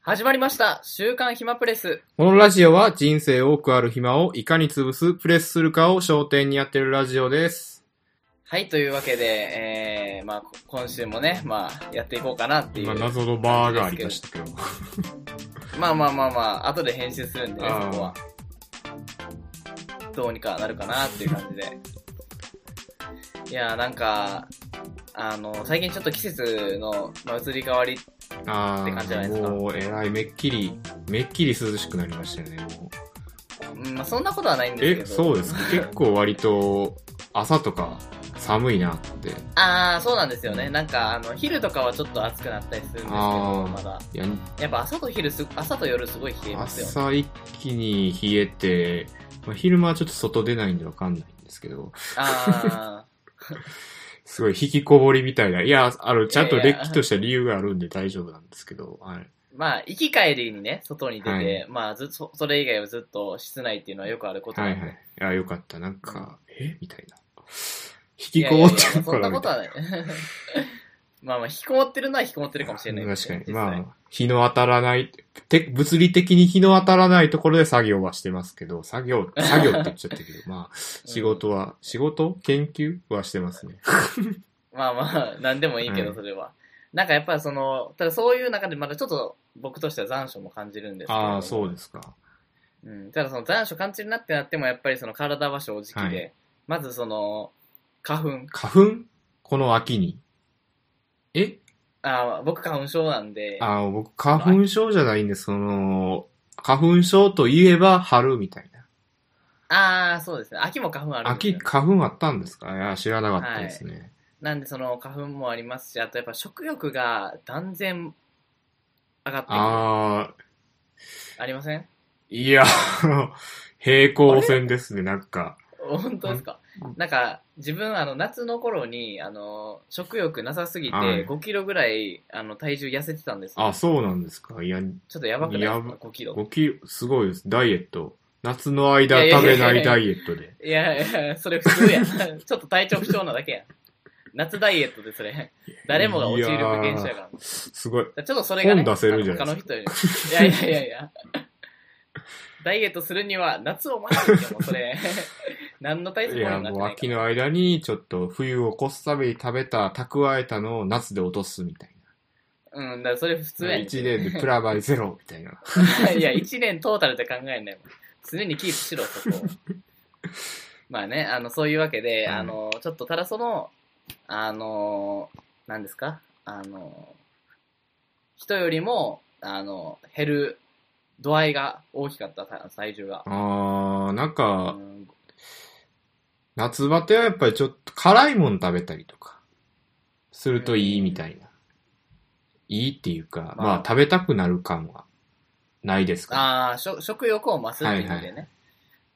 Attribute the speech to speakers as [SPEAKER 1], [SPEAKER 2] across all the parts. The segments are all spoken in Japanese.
[SPEAKER 1] 始まりました週刊暇プレス
[SPEAKER 2] このラジオは人生多くある暇をいかに潰す、プレスするかを焦点にやってるラジオです。
[SPEAKER 1] はい、というわけで、えー、まあ、こ今週もね、まあ、やっていこうかなっていう。
[SPEAKER 2] 今、謎のバーがありましたけど。
[SPEAKER 1] まあまあまあまあ、後で編集するんでね、
[SPEAKER 2] あー
[SPEAKER 1] そこは。どうにかなるかなっていう感じで。いやー、なんか、あの、最近ちょっと季節の、まあ、移り変わり、
[SPEAKER 2] あ
[SPEAKER 1] って感じじゃないですか
[SPEAKER 2] ー、もう、えらい、めっきり、めっきり涼しくなりましたよね。も
[SPEAKER 1] う
[SPEAKER 2] う
[SPEAKER 1] んまあ、そんなことはないんですけ
[SPEAKER 2] え、
[SPEAKER 1] ど。
[SPEAKER 2] そ うですか。結構割と、朝とか、寒いなって。い
[SPEAKER 1] ああ、そうなんですよね。なんか、あの、昼とかはちょっと暑くなったりするんですけど、
[SPEAKER 2] あー
[SPEAKER 1] まだ。
[SPEAKER 2] や、
[SPEAKER 1] やっぱ朝と昼す、朝と夜すごい冷えますよね。
[SPEAKER 2] 朝一気に冷えて、まあ、昼間はちょっと外出ないんでわかんないんですけど、
[SPEAKER 1] あ
[SPEAKER 2] すごい引きこもりみたいな。いや、あの、ちゃんと
[SPEAKER 1] いやい
[SPEAKER 2] れっ
[SPEAKER 1] や
[SPEAKER 2] きとした理由があるんで大丈夫なんですけど、はい。
[SPEAKER 1] ーまあ、行き帰りにね、外に出て、
[SPEAKER 2] はい
[SPEAKER 1] まあずそ、それ以外はずっと室内っていうのはよくあること
[SPEAKER 2] は
[SPEAKER 1] ないんで。
[SPEAKER 2] はい。いや、よかった。なんか、えみたいな。
[SPEAKER 1] い
[SPEAKER 2] 引き
[SPEAKER 1] や
[SPEAKER 2] こ
[SPEAKER 1] い
[SPEAKER 2] も
[SPEAKER 1] やい
[SPEAKER 2] っ
[SPEAKER 1] や
[SPEAKER 2] てる
[SPEAKER 1] そんな
[SPEAKER 2] か
[SPEAKER 1] こ
[SPEAKER 2] らみ
[SPEAKER 1] と
[SPEAKER 2] たい
[SPEAKER 1] はない。 まあまあ、引きこもってるのは引きこもってるかもしれない、
[SPEAKER 2] な。確かに。
[SPEAKER 1] 実際
[SPEAKER 2] まあ、日の当たらない、て物理的に日の当たらないところで作業はしてますけど、作 業、作業って言っちゃったけど、まあ、仕事は、仕事研究はしてますね。
[SPEAKER 1] まあまあ、なんでもいいけど、
[SPEAKER 2] はい
[SPEAKER 1] それは。なんかやっぱりその、ただそういう中でまだちょっと僕としては残暑も感じるんですけれども
[SPEAKER 2] ああ、そうですか。
[SPEAKER 1] うん、ただその残暑感じるなってなってもやっぱりその体は正直で、
[SPEAKER 2] は
[SPEAKER 1] まずその花粉
[SPEAKER 2] 花粉この秋に。え
[SPEAKER 1] あー僕花粉症なんで
[SPEAKER 2] あー僕、花粉症じゃないんです。その、花粉症といえば春みたいな。
[SPEAKER 1] ああそうですね秋も花粉あるんですよ
[SPEAKER 2] 秋、花粉あったんですかいや、知らなかったですね。
[SPEAKER 1] なんでその花粉もありますしあとやっぱ食欲が断然上がってくるあ
[SPEAKER 2] ああ、
[SPEAKER 1] りません
[SPEAKER 2] いや、 平行線ですね、なんか。
[SPEAKER 1] 本当ですか
[SPEAKER 2] うん
[SPEAKER 1] なんか自分あの夏の頃にあの食欲なさすぎて
[SPEAKER 2] はい
[SPEAKER 1] 5キロぐらいあの体重痩せてたんですよ
[SPEAKER 2] あ、そうなんですか。いや、
[SPEAKER 1] ちょっとやばくないです
[SPEAKER 2] や
[SPEAKER 1] か
[SPEAKER 2] ば
[SPEAKER 1] 5キロ
[SPEAKER 2] 5キロ、すごいです。ダイエット。夏の間
[SPEAKER 1] いやい
[SPEAKER 2] 食
[SPEAKER 1] や
[SPEAKER 2] べ
[SPEAKER 1] いや
[SPEAKER 2] ない
[SPEAKER 1] や
[SPEAKER 2] いダイエットで。
[SPEAKER 1] いやいや、それ普 通や。ちょっと体調不調なだけや。夏ダイエットでそれ、誰もが陥る現象やから。
[SPEAKER 2] すごい。
[SPEAKER 1] ちょっとそれが、ね、
[SPEAKER 2] 本出せるじゃない
[SPEAKER 1] 他の人より。いやいやいやいや。 ダイエットするには夏を待っててもそれ、 何の対策
[SPEAKER 2] い
[SPEAKER 1] もな
[SPEAKER 2] や、
[SPEAKER 1] くない
[SPEAKER 2] もう
[SPEAKER 1] から
[SPEAKER 2] 秋の間に、ちょっと冬を越すために食べた、蓄えたのを夏で落とすみたい
[SPEAKER 1] うん、だからそれ普通
[SPEAKER 2] な。
[SPEAKER 1] やねん
[SPEAKER 2] 1年でプラマイゼロみたいな。
[SPEAKER 1] いや、1年トータルで考えないもん。常にキープしろ、そ こを。まあね、あの、そういうわけで、
[SPEAKER 2] はい
[SPEAKER 1] あの、ちょっと、ただその、あの、何ですかあの、人よりも、あの、減る度合いが大きかった、た体重が。
[SPEAKER 2] あー、なん
[SPEAKER 1] う
[SPEAKER 2] か、
[SPEAKER 1] ん、
[SPEAKER 2] 夏バテはやっぱりちょっと辛いもん食べたりとか、するといいみたいな。いいっていうか、
[SPEAKER 1] まあ
[SPEAKER 2] まあ食べたくなる感はないですか
[SPEAKER 1] ああ、食食欲を増すっていう意味でね。
[SPEAKER 2] はい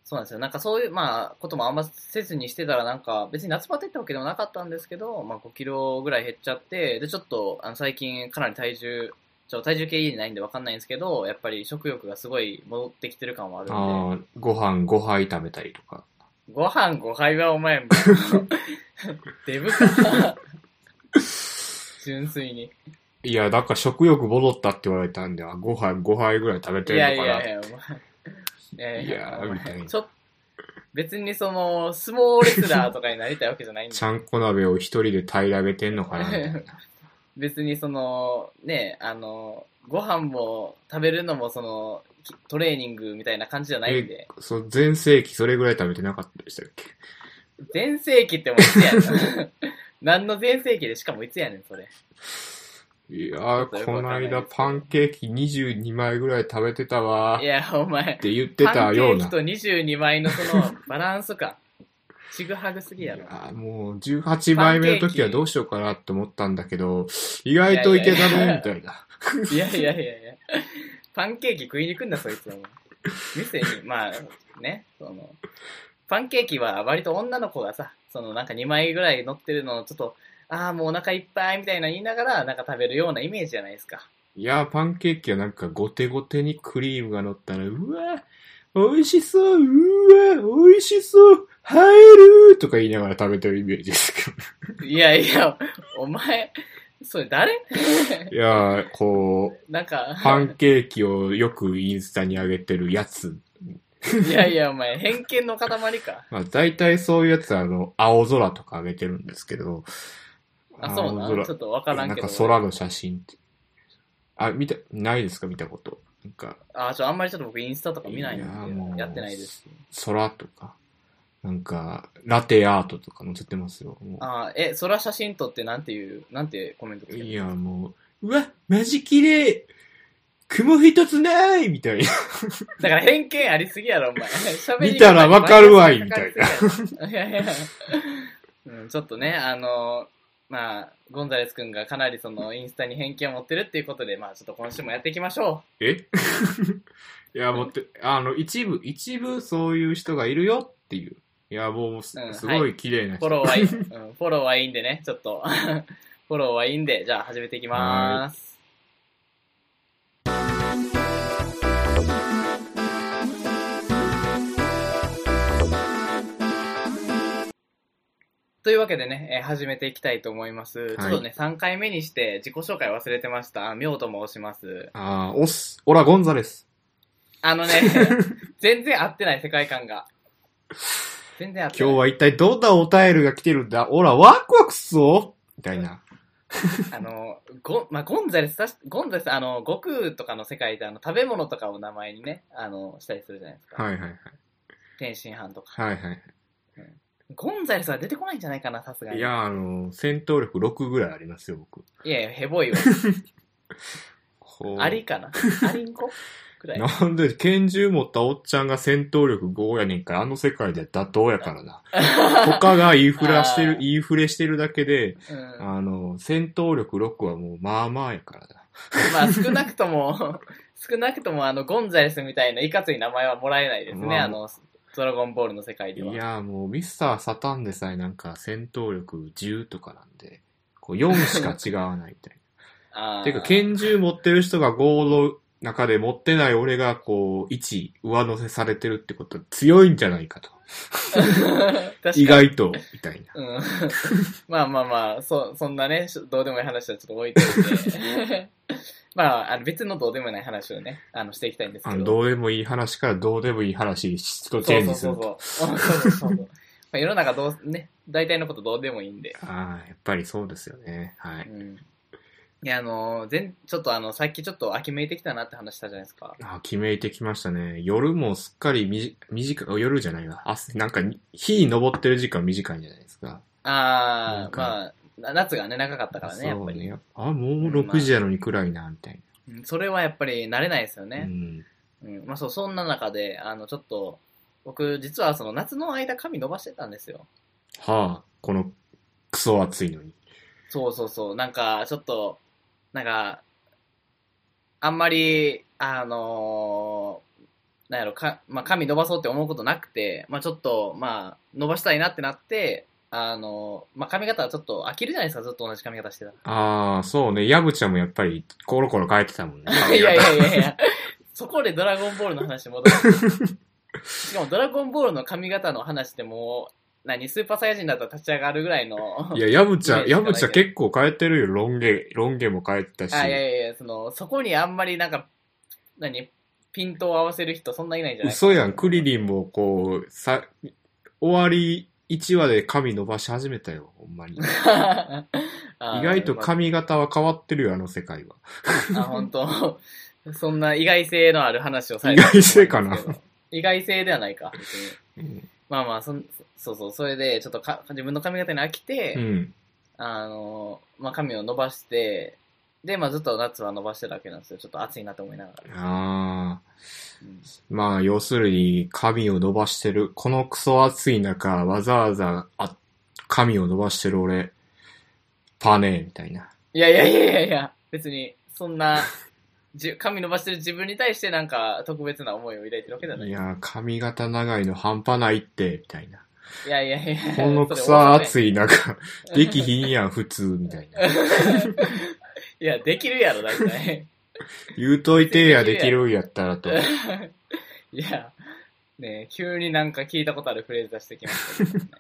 [SPEAKER 1] そうなんですよ。なんかそういう、まあ、こともあんませずにしてたら、なんか、別に夏バテってわけでもなかったんですけど、まあ、5キロぐらい減っちゃって、で、ちょっと、あの、最近、かなり体重、ちょ、体重計いいないんでわかんないんですけど、やっぱり食欲がすごい戻ってきてる感はある
[SPEAKER 2] あ
[SPEAKER 1] ん
[SPEAKER 2] ーご飯5杯食べたりとか。
[SPEAKER 1] で、ご飯5杯はお前も、デブか。 純粋に。
[SPEAKER 2] いや、なんか食欲戻ったって言われたんで、あ、ご飯5杯ぐらい食べ
[SPEAKER 1] い
[SPEAKER 2] てる
[SPEAKER 1] や
[SPEAKER 2] のか
[SPEAKER 1] い
[SPEAKER 2] な。
[SPEAKER 1] やいや、お前。いやい
[SPEAKER 2] いや
[SPEAKER 1] や、
[SPEAKER 2] ー
[SPEAKER 1] お前
[SPEAKER 2] みたいな
[SPEAKER 1] ちょっと別にその、相撲レスラーとかになりたいわけじゃないんで
[SPEAKER 2] ちゃんこ鍋を一人で平らげてんの かなみたいな。
[SPEAKER 1] 別にその、ね、あの、ご飯も食べるのもその、きトレーニングみたいな感じじゃないんで、
[SPEAKER 2] そう、全盛期それぐらい食べてなかったでしたっけ
[SPEAKER 1] 全盛期ってもういつやねん。 何の全盛期でしかもいつやねん、それ。
[SPEAKER 2] いや
[SPEAKER 1] ょっとよ
[SPEAKER 2] ー、
[SPEAKER 1] くわ
[SPEAKER 2] こ
[SPEAKER 1] かん
[SPEAKER 2] の
[SPEAKER 1] ないですけど
[SPEAKER 2] 間パンケーキ22枚ぐらい食べてたわ
[SPEAKER 1] い
[SPEAKER 2] ーっ
[SPEAKER 1] や、お前、
[SPEAKER 2] て言ってたよう
[SPEAKER 1] パ
[SPEAKER 2] な
[SPEAKER 1] ンケ。ーキと22枚のその、バランス感。ちぐはぐすぎやろ。
[SPEAKER 2] あーもう18枚目の時はどうしようかなって思ったんだけど、意外といけた
[SPEAKER 1] いやいや
[SPEAKER 2] ね、
[SPEAKER 1] い
[SPEAKER 2] みたいな。
[SPEAKER 1] いやいやいやいや。パンケーキ食いに行くんだ、そいつは。店に、まあ、ね、その、パンケーキは割と女の子がさ、そのなんか2枚ぐらい乗ってるのをちょっと、ああ、もうお腹いっぱいみたいな言いながら、なんか食べるようなイメージじゃないですか。
[SPEAKER 2] いやー、パンケーキはなんかゴテゴテにクリームが乗ったら、うわー、美味しそう、うわー、美味しそう、入るーとか言いながら食べてるイメージですけど。
[SPEAKER 1] いやいや、お前、それ誰
[SPEAKER 2] いやー、こう、
[SPEAKER 1] なんか、
[SPEAKER 2] パンケーキをよくインスタに上げてるやつ。
[SPEAKER 1] いやいや、お前、偏見の塊か。
[SPEAKER 2] まあ、大体そういうやつは、あの、青空とか上げてるんですけど、
[SPEAKER 1] あ、そうな
[SPEAKER 2] 青空
[SPEAKER 1] んちょっとわからん
[SPEAKER 2] なん
[SPEAKER 1] け
[SPEAKER 2] か
[SPEAKER 1] ど。
[SPEAKER 2] 空の写真って。あ、見た、ないですか見たこと。なんか、
[SPEAKER 1] あ、ちょ、あんまりちょっと僕インスタとか見ない
[SPEAKER 2] いやも
[SPEAKER 1] ん
[SPEAKER 2] う
[SPEAKER 1] で、やってないです。
[SPEAKER 2] 空とか、なんか、ラテアートとか載せてますよ。もう
[SPEAKER 1] あ、え、空写真撮ってなんていう、なんてコメントつけてる
[SPEAKER 2] いや、もう、うわ、マジ綺麗雲一つないみたいな。
[SPEAKER 1] だから偏見ありすぎやろ、 お前。喋り方に
[SPEAKER 2] 見たらわかるわいみたい
[SPEAKER 1] な。いやいや。 うん、ちょっとね、あの、まあ、ゴンザレス君がかなりそのインスタに偏見を持ってるっていうことで、まあちょっと今週もやっていきましょ
[SPEAKER 2] え いや、もって、あの、一部、一部そういう人がいるよっていう。いや、もうす、
[SPEAKER 1] うん
[SPEAKER 2] す
[SPEAKER 1] は
[SPEAKER 2] ごい綺麗
[SPEAKER 1] う。
[SPEAKER 2] な
[SPEAKER 1] フ
[SPEAKER 2] 人。
[SPEAKER 1] ォローはいい、うん、フォローはいいんでね、ちょっと。 フォローはいいんで、じゃあ始めていきまーす。というわけでね、えー始めていきたいと思います。ちょっとね、3回目にして自己紹介忘れてました。みょうと申します。
[SPEAKER 2] ああ、オス、オラ・ゴンザレス。
[SPEAKER 1] あのね、全然合ってない世界観が。全然合って
[SPEAKER 2] 今
[SPEAKER 1] ない。
[SPEAKER 2] 日は一体どんなお便りが来てるんだオラ、ワクワクすぞみたいな。
[SPEAKER 1] あの、ゴン、まあ、ゴンザレス、たしゴンザレス、あの、悟空とかの世界で、あの、食べ物とかを名前にね、あの、したりするじゃないですか。
[SPEAKER 2] はいはいはい。
[SPEAKER 1] 天津飯とか。
[SPEAKER 2] はいはい。
[SPEAKER 1] ゴンザレスは出てこないんじゃないかな、さすがに。
[SPEAKER 2] いや、あの、戦闘力6ぐらいありますよ、僕。
[SPEAKER 1] いやいや、ヘボいわ。
[SPEAKER 2] ほう
[SPEAKER 1] アリか な。アリンコくらい。
[SPEAKER 2] なんで、拳銃持ったおっちゃんが戦闘力5やねんから、あの世界では妥当やから な。他がインフラして
[SPEAKER 1] あー
[SPEAKER 2] る、インフレしてるだけで、
[SPEAKER 1] うん。ま
[SPEAKER 2] あの、戦闘力6はもう、まあまあやからな。
[SPEAKER 1] あ、少なくとも、 少なくとも、あの、ゴンザレスみたいないかつい名前はもらえないですね、
[SPEAKER 2] まあ
[SPEAKER 1] あの、ドラゴンボールの世界では。
[SPEAKER 2] いやーもう、ミスターサタンでさえなんか戦闘力10とかなんで、こう4しか違わないみたい
[SPEAKER 1] あ
[SPEAKER 2] な。
[SPEAKER 1] ー
[SPEAKER 2] てか、拳銃持ってる人が5の中で持ってない俺が、こう、1、上乗せされてるってことは強いんじゃないかと。
[SPEAKER 1] 確かに
[SPEAKER 2] 意外と、みたいな。
[SPEAKER 1] うん まあまあまあ、そ、そんなね、しどうでもいい話はちょっと置いといて。 まあ、あの別のどうでもない話をね、あの、していきたいんです
[SPEAKER 2] あ
[SPEAKER 1] け
[SPEAKER 2] の、
[SPEAKER 1] ど。
[SPEAKER 2] どうでもいい話からどうでもいい話に質とチ
[SPEAKER 1] そ
[SPEAKER 2] ェ
[SPEAKER 1] うそう
[SPEAKER 2] ンジす
[SPEAKER 1] そ
[SPEAKER 2] る
[SPEAKER 1] う
[SPEAKER 2] と。
[SPEAKER 1] そう。そうそう そう。まあ、世の中どう、ね、大体のことどうでもいいんで。
[SPEAKER 2] ああ、やっぱりそうですよね。は
[SPEAKER 1] う
[SPEAKER 2] い。
[SPEAKER 1] ん。いや、あの、全、ちょっとあの、さっきちょっと秋めいてきたなって話したじゃないですか。
[SPEAKER 2] あ決めてきましたね。夜もすっかりみじ短く、夜じゃないわ。あ、なんかに、日昇ってる時間短いじゃないですか。な
[SPEAKER 1] あ
[SPEAKER 2] ん
[SPEAKER 1] ー、
[SPEAKER 2] か
[SPEAKER 1] まあ、な夏がね、長かったからね、やっ
[SPEAKER 2] そう
[SPEAKER 1] ぱり。
[SPEAKER 2] ね。あ、もう6時やのに暗いな、みたい
[SPEAKER 1] うんそれはやっぱり慣れないですよ
[SPEAKER 2] な。
[SPEAKER 1] ね。
[SPEAKER 2] うん。
[SPEAKER 1] うん、まあそう、そんな中で、あの、ちょっと、僕、実はその夏の間髪伸ばしてたんですよ。
[SPEAKER 2] はあ、この、クソ暑いのに。
[SPEAKER 1] そうそうそう、なんか、ちょっと、なんか、あんまり、あのーなんやろ、か、まあ髪伸ばそうって思うことなくて、まあちょっと、まあ、伸ばしたいなってなって、あのーまあ髪型はちょっと飽きるじゃないですか、ずっと同じ髪型してた
[SPEAKER 2] ああ、そうね。ヤブちゃんもやっぱり、コロコロ変えてたもん ね。
[SPEAKER 1] ら。いやいやいやいや、そこでドラゴンボールの話に戻る。しかもドラゴンボールの髪型の話でもう、何、スーパーサイヤ人だったら立ち上がるぐらいの。
[SPEAKER 2] いや、ヤブちゃん、
[SPEAKER 1] イメージしかない
[SPEAKER 2] ヤ
[SPEAKER 1] けど
[SPEAKER 2] ブちゃん結構変えてるよ。ロン毛、ロン毛も変えてたし。
[SPEAKER 1] あいやいやいやそのそこにあんまりなんか何ピントを合わせる人そんないないんじゃないかな
[SPEAKER 2] 嘘やん、クリリンもこう、さ、終わり1話で髪伸ばし始めたよ、ほんまに。意
[SPEAKER 1] あー
[SPEAKER 2] 外と髪型は変わってるよ、あの世界は。
[SPEAKER 1] まああ本当そんな意外性のある話をされ
[SPEAKER 2] 意外性かな
[SPEAKER 1] 意外性ではないか別に
[SPEAKER 2] うん。
[SPEAKER 1] まあまあそんそうそうそれでちょっとか自分の髪型に飽きて、
[SPEAKER 2] うん
[SPEAKER 1] あのまあ髪を伸ばしてでまあずっと夏は伸ばしてるわけなんですよちょっと暑いなと思いながら、
[SPEAKER 2] ああ。
[SPEAKER 1] うん
[SPEAKER 2] まあ、要するに、髪を伸ばしてる。このクソ暑い中、わざわざ、あ、髪を伸ばしてる俺、パネーみたいな。
[SPEAKER 1] いやいやいやいやいや、別に、そんな、じ髪伸ばしてる自分に対してなんか特別な思いを抱いてるわけじゃない。
[SPEAKER 2] い
[SPEAKER 1] い
[SPEAKER 2] や、髪型長いの半端ないって、みたいな。
[SPEAKER 1] やいやいや、
[SPEAKER 2] このク
[SPEAKER 1] それ
[SPEAKER 2] ソ
[SPEAKER 1] 大阪や
[SPEAKER 2] 暑い中、 できひんやん、普通、みたいな。
[SPEAKER 1] いや、できるやろ、大体。
[SPEAKER 2] 言うといてやできるんやったらと。
[SPEAKER 1] いや、ねえ急になんか聞いたことあるフレーズ出してきましたけどね、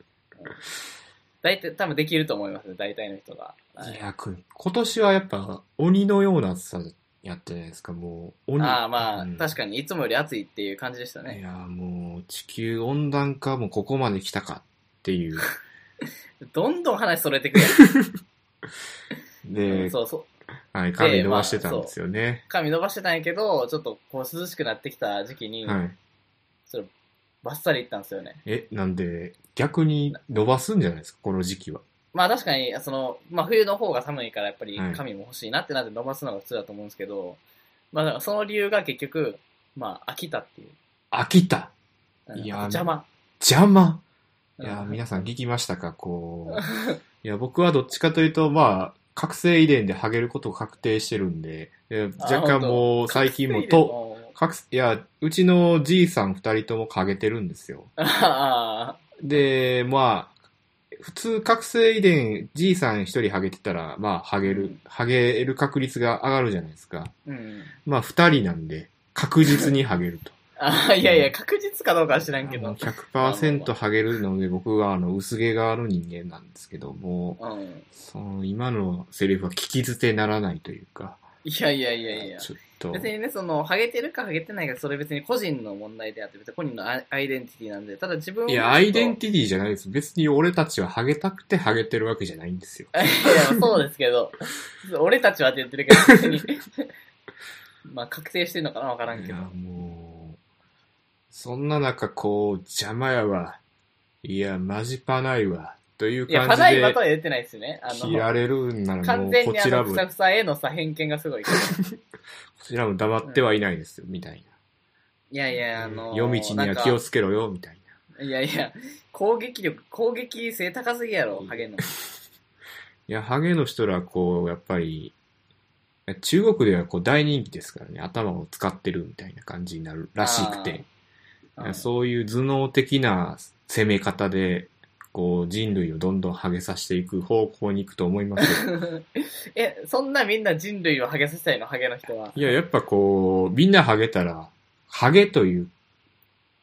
[SPEAKER 1] 大体、多分できると思いますね、大体の人が。はい
[SPEAKER 2] いや、く今年はやっぱ鬼のような暑さやったじゃないですか、もう。鬼
[SPEAKER 1] ああ、まあ、
[SPEAKER 2] うん
[SPEAKER 1] 確かに、いつもより暑いっていう感じでした
[SPEAKER 2] い
[SPEAKER 1] ね。
[SPEAKER 2] や、もう地球温暖化もここまで来たかっ ていう。
[SPEAKER 1] どんどん話それてくれ。う
[SPEAKER 2] で
[SPEAKER 1] ん、そうそう。
[SPEAKER 2] はい、髪伸ばしてたんですよね。
[SPEAKER 1] 髪伸ばしてたんやけど、ちょっとこう涼しくなってきた時期に、
[SPEAKER 2] はい。
[SPEAKER 1] それバッサリいったんですよね。
[SPEAKER 2] え、なんで、逆に伸ばすんじゃないですか、この時期は。
[SPEAKER 1] まあ確かに、その、まあ冬の方が寒いからやっぱり
[SPEAKER 2] はい
[SPEAKER 1] 髪も欲しいなってなって伸ばすのが普通だと思うんですけど、まあだからその理由が結局、まあ飽きたっていう。
[SPEAKER 2] 飽きた
[SPEAKER 1] うん
[SPEAKER 2] いやー
[SPEAKER 1] 邪魔。
[SPEAKER 2] 邪魔い
[SPEAKER 1] うん
[SPEAKER 2] やー、皆さん聞きましたかこ う。いや、僕はどっちかというと、まあ、覚醒遺伝でハゲることを確定してるんで、え
[SPEAKER 1] あ
[SPEAKER 2] 若干もう最近もと、覚醒いや、うちのじいさん二人ともハゲてるんですよ。
[SPEAKER 1] あ
[SPEAKER 2] で、まあ、普通覚醒遺伝、じいさん一人ハゲてたら、まあ、ハゲ
[SPEAKER 1] う
[SPEAKER 2] る
[SPEAKER 1] ん、
[SPEAKER 2] ハゲる確率が上がるじゃないですか。
[SPEAKER 1] ーうん。
[SPEAKER 2] まあ、二人なんで、確実にハゲると。
[SPEAKER 1] あーいやいや、確実かどうかは知らんけ
[SPEAKER 2] あの
[SPEAKER 1] ど。
[SPEAKER 2] 100%ハゲるので、僕はあの薄毛がある人間なんですけども、
[SPEAKER 1] うん。
[SPEAKER 2] その今のセリフは聞き捨てならないというか、
[SPEAKER 1] いやいやいやいや。
[SPEAKER 2] ちょっと、
[SPEAKER 1] 別にね、その、ハゲてるかハゲてないか、それ別に個人の問題であって、別に個人のアイアイデンティティなんで、ただ自分
[SPEAKER 2] いや、アイデン
[SPEAKER 1] テ
[SPEAKER 2] ティティじゃないです。別に俺たちはハゲたくてハゲてるわけじゃないんですよ。
[SPEAKER 1] ィ。いや、そう ですけど、俺たちはって言ってるけど、別に。 まあ、確定してんのかなわからん
[SPEAKER 2] い
[SPEAKER 1] け
[SPEAKER 2] や、
[SPEAKER 1] ど。
[SPEAKER 2] もう、そんな中、こう、邪魔やわ。いや、マジパないわ。という
[SPEAKER 1] いや、
[SPEAKER 2] 感
[SPEAKER 1] パ
[SPEAKER 2] じ
[SPEAKER 1] ナイバと
[SPEAKER 2] で、
[SPEAKER 1] は言ってないですよね。あ
[SPEAKER 2] 切ら
[SPEAKER 1] の、
[SPEAKER 2] れるんならも
[SPEAKER 1] 完
[SPEAKER 2] う、
[SPEAKER 1] 全
[SPEAKER 2] こ
[SPEAKER 1] にあ
[SPEAKER 2] ちら
[SPEAKER 1] の、ふ
[SPEAKER 2] も、こ
[SPEAKER 1] さふさへのさ、偏見がすごいけど。
[SPEAKER 2] ちらも黙ってはいないですよ、みたい
[SPEAKER 1] いやいや、
[SPEAKER 2] な。
[SPEAKER 1] あの、
[SPEAKER 2] 夜道には気をつけろよ、みたい
[SPEAKER 1] なんかいやいや、攻撃力、攻撃性高すぎやろ、ハゲの。
[SPEAKER 2] な。いや、ハゲの人ら、こう、やっぱり、中国ではこう大人気ですからね、頭を使ってるみたいな感じになるらしくて。
[SPEAKER 1] うん
[SPEAKER 2] そういう頭脳的な攻め方で、こう人類をどんどんハゲさせていく方向に行くと思 いますよ。
[SPEAKER 1] え、そんなみんな人類をハゲさせたいのハゲの人は。
[SPEAKER 2] いや、やっぱこう、みんなハゲたら、ハゲという、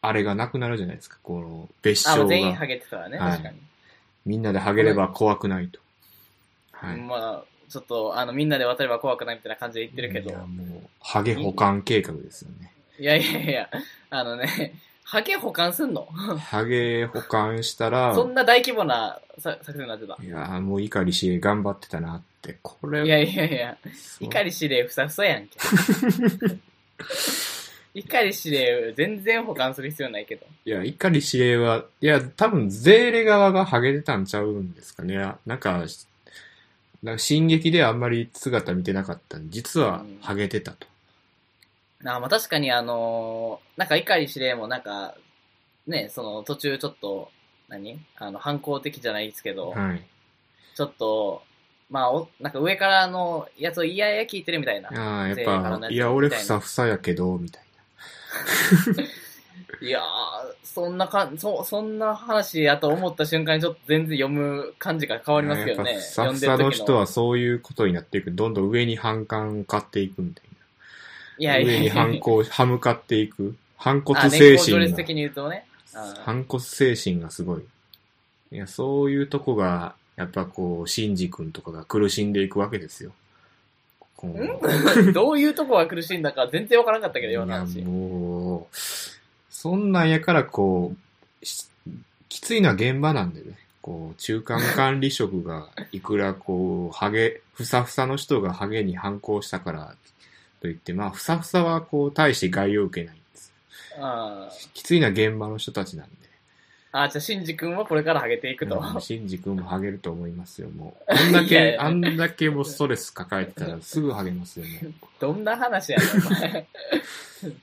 [SPEAKER 2] あれがなくなるじゃないですか、この別
[SPEAKER 1] あ、も
[SPEAKER 2] 称
[SPEAKER 1] う全員ハ
[SPEAKER 2] が。
[SPEAKER 1] ゲてたらね、
[SPEAKER 2] はい
[SPEAKER 1] 確かに。
[SPEAKER 2] みんなでハゲれば怖くないと。はい。
[SPEAKER 1] まあ、ちょっと、あの、みんなで渡れば怖くないみたいな感じで言ってるけど
[SPEAKER 2] いや、。もう、ハゲ保管計画ですよね。
[SPEAKER 1] いやいやいや、あのね、ハゲ保管すんの
[SPEAKER 2] ハゲ保管したら、
[SPEAKER 1] そんな大規模なさ作戦になってた。
[SPEAKER 2] いや、もう碇氏頑張ってたなって、これ
[SPEAKER 1] いやいやいや、
[SPEAKER 2] そう
[SPEAKER 1] 怒り司令ふさふさやん け。怒り司令全然保管する必要ないけど。
[SPEAKER 2] いや、怒り司令は、いや、多分、ゼーレ側がハゲてたんちゃうんですかね。なんか、なんか進撃であんまり姿見てなかったんで実は
[SPEAKER 1] うん
[SPEAKER 2] ハゲてたと。
[SPEAKER 1] あまあ確かにあのーなんか碇司令もなんか、ね、その途中ちょっと、何あの、反抗的じゃないですけど、
[SPEAKER 2] はい。
[SPEAKER 1] ちょっと、まあお、なんか上からのやつを嫌々聞いてるみたいな。
[SPEAKER 2] ああ、やっ
[SPEAKER 1] ゼーレからのや
[SPEAKER 2] ぱ、
[SPEAKER 1] つ
[SPEAKER 2] いや、俺
[SPEAKER 1] みた
[SPEAKER 2] ふ
[SPEAKER 1] いな
[SPEAKER 2] さふさやけど、みたい
[SPEAKER 1] いやー、そんなかん、そ、そんな話やと思った瞬間にちょっと全然読む感じが変わ
[SPEAKER 2] な。
[SPEAKER 1] りますけどね。
[SPEAKER 2] ふさ
[SPEAKER 1] 読
[SPEAKER 2] ふ
[SPEAKER 1] んでる
[SPEAKER 2] さ
[SPEAKER 1] 時
[SPEAKER 2] の人はそういうことになっていく。どんどん上に反感を買っていくみたい
[SPEAKER 1] い
[SPEAKER 2] な。
[SPEAKER 1] やいや
[SPEAKER 2] 上
[SPEAKER 1] い
[SPEAKER 2] に
[SPEAKER 1] や、
[SPEAKER 2] 反 抗、歯向かっていく。反骨
[SPEAKER 1] あ
[SPEAKER 2] 精
[SPEAKER 1] 年功序
[SPEAKER 2] 神
[SPEAKER 1] 列
[SPEAKER 2] が。
[SPEAKER 1] 的に言うとね。あー
[SPEAKER 2] 反骨精神がすごい。いや、そういうとこが、やっぱこう、シンジ君とかが苦しんでいくわけですよ。こう
[SPEAKER 1] うん どういうとこが苦しいんだか全然わからなかったけど、
[SPEAKER 2] いや
[SPEAKER 1] 今の話。
[SPEAKER 2] もう、そんなんやからこう、しきついのは現場なんでね。こう、中間管理職が、いくらこう、ハゲ、ふさふさの人がハゲに反抗したから、と言って、まあ、ふさふさはこう、大して害を受けないんです。
[SPEAKER 1] あ
[SPEAKER 2] きついのは現場の人たちなんで。
[SPEAKER 1] あー、じゃあ、シンジ君はこれからハゲていくと。
[SPEAKER 2] うんシンジ君もハゲると思いますよ、も う。あん
[SPEAKER 1] いや
[SPEAKER 2] だ
[SPEAKER 1] い
[SPEAKER 2] け、
[SPEAKER 1] や
[SPEAKER 2] あんだけもうストレス抱えてたらすぐハゲますよね。
[SPEAKER 1] どんな話やねん、お前。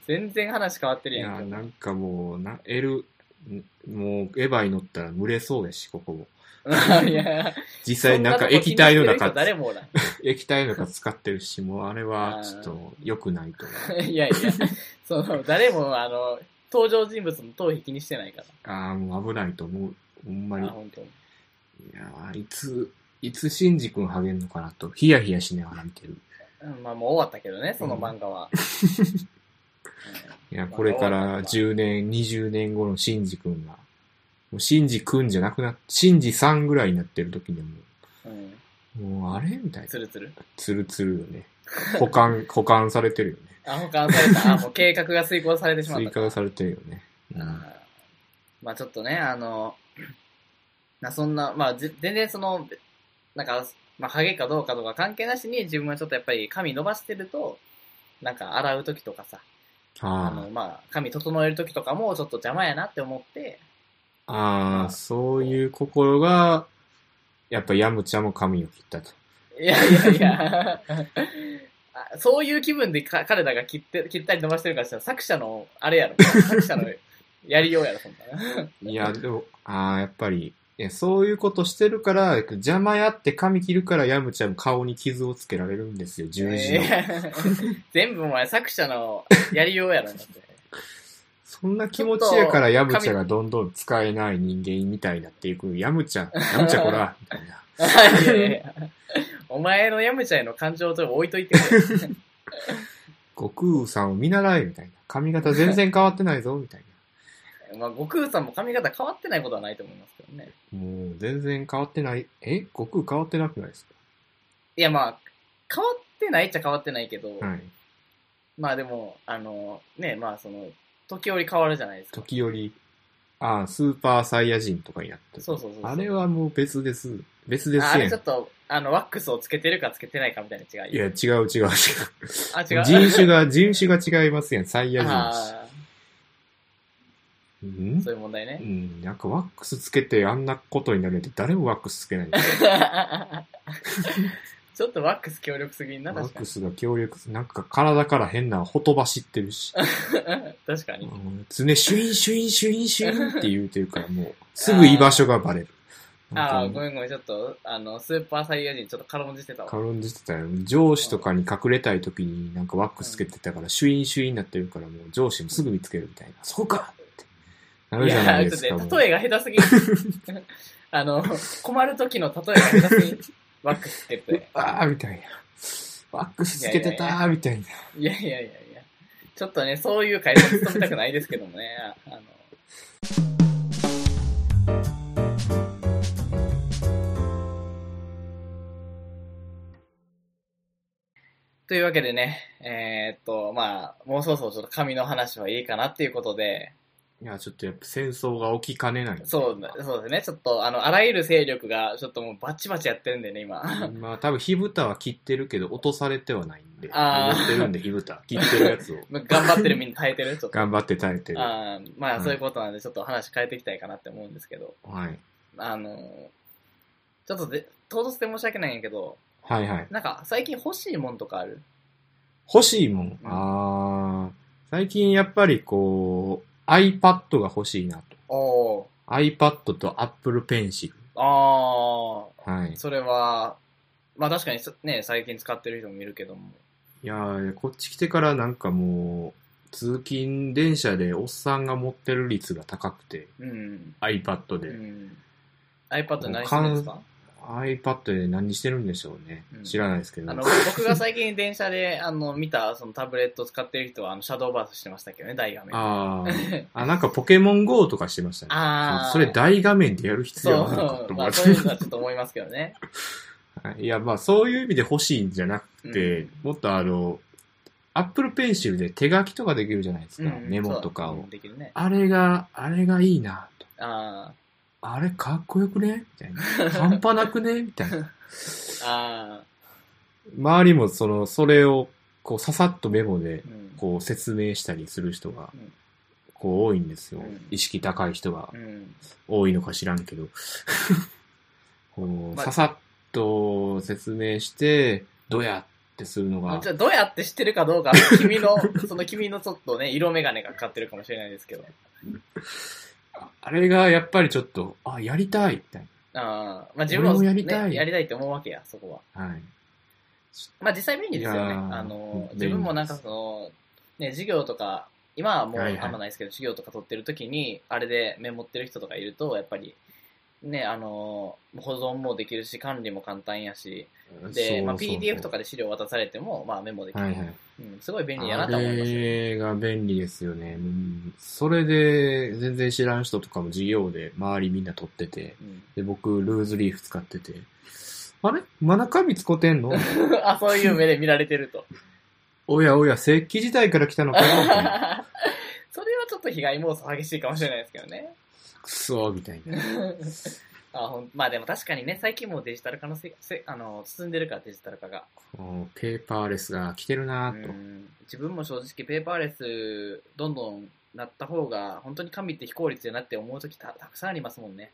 [SPEAKER 1] 全然話変わって
[SPEAKER 2] い
[SPEAKER 1] るや
[SPEAKER 2] や、
[SPEAKER 1] ん。
[SPEAKER 2] なんかもう、な、L、んもう、エヴァに乗ったら蒸れそうやし、ここも。
[SPEAKER 1] いや、
[SPEAKER 2] 実際なんか液体の
[SPEAKER 1] そんな
[SPEAKER 2] 中
[SPEAKER 1] とこ、気にしてる人誰もおらん。
[SPEAKER 2] 液体の中使ってるし、もうあれはちょっと良くないと思う。
[SPEAKER 1] いやいや、その、誰も、あの、登場人物の頭皮気にしてないか
[SPEAKER 2] ああ、もう危ないと思う。ほんま
[SPEAKER 1] ら。
[SPEAKER 2] に。
[SPEAKER 1] あ、
[SPEAKER 2] い
[SPEAKER 1] 本当に。
[SPEAKER 2] やーいつ、いつシンジ君ハゲんのかなと、ヒヤヒヤしながら見てる。
[SPEAKER 1] うんまあ、もう終わったけどね、その漫画 は。
[SPEAKER 2] いや、これから10年、20年後のシンジ君が、もうシンジくんじゃなくなっ、シンジさんぐらいになってる時にはも
[SPEAKER 1] うん。
[SPEAKER 2] う、もうあれみたいな
[SPEAKER 1] つ。るつる。
[SPEAKER 2] ツルツルよ ね。保管、保管されてるよね。
[SPEAKER 1] あ、保管され た。あ、もう計画が遂行されてしまっ
[SPEAKER 2] 追
[SPEAKER 1] たか。
[SPEAKER 2] 加がされてるよね。うん
[SPEAKER 1] あーまあちょっとね、あの、なそんな、まあぜ全然その、なんか、まあ、ハゲかどうかとか関係なしに自分はちょっとやっぱり髪伸ばしてると、なんか洗う時とかさ、あ
[SPEAKER 2] あ
[SPEAKER 1] の、まあ髪整える時とかもちょっと邪魔やなって思って、
[SPEAKER 2] あ、ああ、そういう心が、やっぱヤムチャも髪を切ったと。
[SPEAKER 1] いやいやいや、あそういう気分でか彼らが切って、切ったり伸ばしてるからしたら作者の、あれやろ、作者のやりようやろ、そんな。
[SPEAKER 2] いや、でも、ああ、やっぱり、いやそういうことしてるから、邪魔やって髪切るからヤムチャも顔に傷をつけられるんですよ、十字
[SPEAKER 1] え
[SPEAKER 2] の。
[SPEAKER 1] ー全部お前作者のやりようや ろ、だって。
[SPEAKER 2] そんな気持ちやからヤムチャがどんどん使えない人間みたいになっていく。ヤムチャ、ヤムチャこ ら、みたい
[SPEAKER 1] い
[SPEAKER 2] な。
[SPEAKER 1] やいやいやお前のヤムチャへの感情をちょっと置いといてくれ。
[SPEAKER 2] 悟空さんを見習え、みたいな。髪型全然変わってないぞ、みたい
[SPEAKER 1] まあ、悟空さんも髪型変わってないことはないと思いますけどね。
[SPEAKER 2] な。もう、全然変わってない。え悟空変わってなくないです
[SPEAKER 1] いや、まあ、変わってないっちゃ変わってないけど、
[SPEAKER 2] かはい。
[SPEAKER 1] まあでも、あの、ね、まあその、時折変わるじゃないですか。
[SPEAKER 2] 時折、ああ、スーパーサイヤ人とかになってる
[SPEAKER 1] そうそうそうそう
[SPEAKER 2] あれはもう別です。別です
[SPEAKER 1] ああ
[SPEAKER 2] や
[SPEAKER 1] れ
[SPEAKER 2] ん
[SPEAKER 1] ちょっと、あの、ワックスをつけてるかつけてないかみたいな違い。
[SPEAKER 2] いや、違う違う違う。
[SPEAKER 1] あ、違う。
[SPEAKER 2] 人種が、人種が違いますやん、サイヤ人。
[SPEAKER 1] あ
[SPEAKER 2] うん
[SPEAKER 1] あ、そういう問題ね
[SPEAKER 2] う。ん、なんかワックスつけてあんなことになるなんて誰もワックスつけない。
[SPEAKER 1] ちょっとワックス強力すぎんな、
[SPEAKER 2] ワ
[SPEAKER 1] 確
[SPEAKER 2] ッ
[SPEAKER 1] かに
[SPEAKER 2] ク。スが強力、なんか体から変なほとばしってる し、
[SPEAKER 1] 確か
[SPEAKER 2] う
[SPEAKER 1] に。
[SPEAKER 2] ん常にシュインシュインシュインシュインって言うてるからもう、すぐ居場所がバレる。
[SPEAKER 1] ああ、
[SPEAKER 2] なん
[SPEAKER 1] ご
[SPEAKER 2] か
[SPEAKER 1] めんごめん、ちょっと、あの、スーパーサイヤ人ちょっと軽んじてたわ。
[SPEAKER 2] 軽んじてたよ。上司とかに隠れたい時になんかワックスつけてたから、シュインシュインになってるからもう上司もすぐ見つけるみたいな。そこかってなるじゃないです
[SPEAKER 1] や
[SPEAKER 2] か。
[SPEAKER 1] ちょっ
[SPEAKER 2] も
[SPEAKER 1] と
[SPEAKER 2] う
[SPEAKER 1] ね、例えが下手すぎ る。あの、困る時の例えが下手すぎる。ワックスつけて。
[SPEAKER 2] あーみたいな。ワックスつけてたーみたいな。
[SPEAKER 1] いやいやいやいや。ちょっとね、そういう会社に勤めたくないですけどもね。あの、というわけでね、えーっと、まあ、もうそろそろちょっと紙の話はいいかなっていうことで、
[SPEAKER 2] いや、ちょっとやっぱ戦争が起きかねない。
[SPEAKER 1] そうだ、そうですね。ちょっと、あの、あらゆる勢力が、ちょっともうバチバチやってるんでね、今。
[SPEAKER 2] まあ多分火蓋は切ってるけど落とされてはないんで、
[SPEAKER 1] あー
[SPEAKER 2] 持ってるんで火蓋、切ってる やつを
[SPEAKER 1] 頑張ってるみんな耐えてる、ちょっと。
[SPEAKER 2] 頑張って耐えてる。は
[SPEAKER 1] あーま
[SPEAKER 2] う
[SPEAKER 1] あ、
[SPEAKER 2] ん
[SPEAKER 1] そういうことなんで、ちょっと話変えていきたいかなって思うんですけど、
[SPEAKER 2] い。
[SPEAKER 1] あのーちょっとで、唐突で申し訳ないんやけど、
[SPEAKER 2] はいはい。
[SPEAKER 1] なんか、最近欲しいもんとかある
[SPEAKER 2] 欲しいもん。
[SPEAKER 1] うん
[SPEAKER 2] あー最近やっぱりこう、iPad が欲しいなと。
[SPEAKER 1] おー、
[SPEAKER 2] iPad と Apple Pencil。
[SPEAKER 1] あ
[SPEAKER 2] はい
[SPEAKER 1] ー、。それは、まあ確かにそね、最近使ってる人もいるけども。
[SPEAKER 2] いやーこっち来てからなんかもう、通勤電車でおっさんが持ってる率が高くて、
[SPEAKER 1] うん。
[SPEAKER 2] iPad
[SPEAKER 1] う
[SPEAKER 2] で。
[SPEAKER 1] ん。iPad で何してるんですか
[SPEAKER 2] iPad で何してるんでしょうね。
[SPEAKER 1] うん
[SPEAKER 2] 知らないですけど。
[SPEAKER 1] あの、僕が最近電車で、あの、見た、そのタブレット使ってる人は、あの、シャドーバースしてましたけどね、大画面。
[SPEAKER 2] あ ーあ、なんかポケモン GO とかしてましたね。
[SPEAKER 1] あー
[SPEAKER 2] それ大画面でやる必
[SPEAKER 1] そう
[SPEAKER 2] 要はなかっ、た
[SPEAKER 1] ま
[SPEAKER 2] も
[SPEAKER 1] あ
[SPEAKER 2] ん
[SPEAKER 1] そういうのはちょっと思いますけどね。
[SPEAKER 2] はいいや、まあそういう意味で欲しいんじゃなくて、
[SPEAKER 1] うん
[SPEAKER 2] もっとあの、Apple Pencil で手書きとかできるじゃないですか、
[SPEAKER 1] うん
[SPEAKER 2] メモとか
[SPEAKER 1] そうう
[SPEAKER 2] を
[SPEAKER 1] ん。できるね。
[SPEAKER 2] あれが、あれがいいなと。
[SPEAKER 1] あ
[SPEAKER 2] あれかっこよくねみ たいな。半端なくねみたいな。
[SPEAKER 1] ーあ
[SPEAKER 2] 周りもその、それを、こう、ささっとメモで
[SPEAKER 1] ー、、うん。
[SPEAKER 2] こう、説明したりする人が
[SPEAKER 1] うん、
[SPEAKER 2] こう、多いんですよ
[SPEAKER 1] うん。
[SPEAKER 2] 意識高い人が
[SPEAKER 1] うん。
[SPEAKER 2] 多いのか知らんけど、 こう
[SPEAKER 1] まあ
[SPEAKER 2] ささっと説明して、どうやってするの
[SPEAKER 1] まあ
[SPEAKER 2] が
[SPEAKER 1] ち、ょっとどうやって知ってるかどうか、君 の、その君のちょっとね、色眼鏡がかかってるかもしれないですけど。
[SPEAKER 2] あれがやっぱりちょっと、あ、やりたいみたい
[SPEAKER 1] あーまあ自分も、
[SPEAKER 2] 俺
[SPEAKER 1] ね、
[SPEAKER 2] もやりたい
[SPEAKER 1] やりたいって思うわけや、そこは。
[SPEAKER 2] な。はい。
[SPEAKER 1] まあ実際便利ですよ
[SPEAKER 2] い
[SPEAKER 1] ね。
[SPEAKER 2] やー
[SPEAKER 1] あの
[SPEAKER 2] 便、利
[SPEAKER 1] 自分もなんかその、ね、授業とか、今はもう
[SPEAKER 2] はいはい
[SPEAKER 1] あんまないですけど、授業とか取ってる時に、あれでメモってる人とかいると、やっぱり、ね、あの、保存もできるし、管理も簡単やし、で、まあ、PDF と
[SPEAKER 2] か
[SPEAKER 1] かで資料渡されても、まあメモできる。
[SPEAKER 2] はいはい。
[SPEAKER 1] うんうん、すごい便利やな
[SPEAKER 2] あ
[SPEAKER 1] とは思いますよ。
[SPEAKER 2] れが便利ですよね。うんそれで、全然知らん人とかも授業で周りみんな取ってて、
[SPEAKER 1] うん
[SPEAKER 2] で、僕、ルーズリーフ使ってて、あれ真中身使ってんの
[SPEAKER 1] あ、そういう目で見られてると。
[SPEAKER 2] おやおや、石器時代から来た の
[SPEAKER 1] そ
[SPEAKER 2] か
[SPEAKER 1] れ
[SPEAKER 2] な と思って
[SPEAKER 1] はちょっと被害妄想激しいかもしれないですけどね。
[SPEAKER 2] くそーみたいな。
[SPEAKER 1] あほんまあでも確かにね、最近もうデジタル化のせせあの進んでるからデジタル化が。
[SPEAKER 2] もうペーパーレスが来てるな
[SPEAKER 1] う
[SPEAKER 2] ーと。
[SPEAKER 1] ん自分も正直ペーパーレスどんどんなった方が本当に神って非効率やなって思う時たたくさんありますもんね。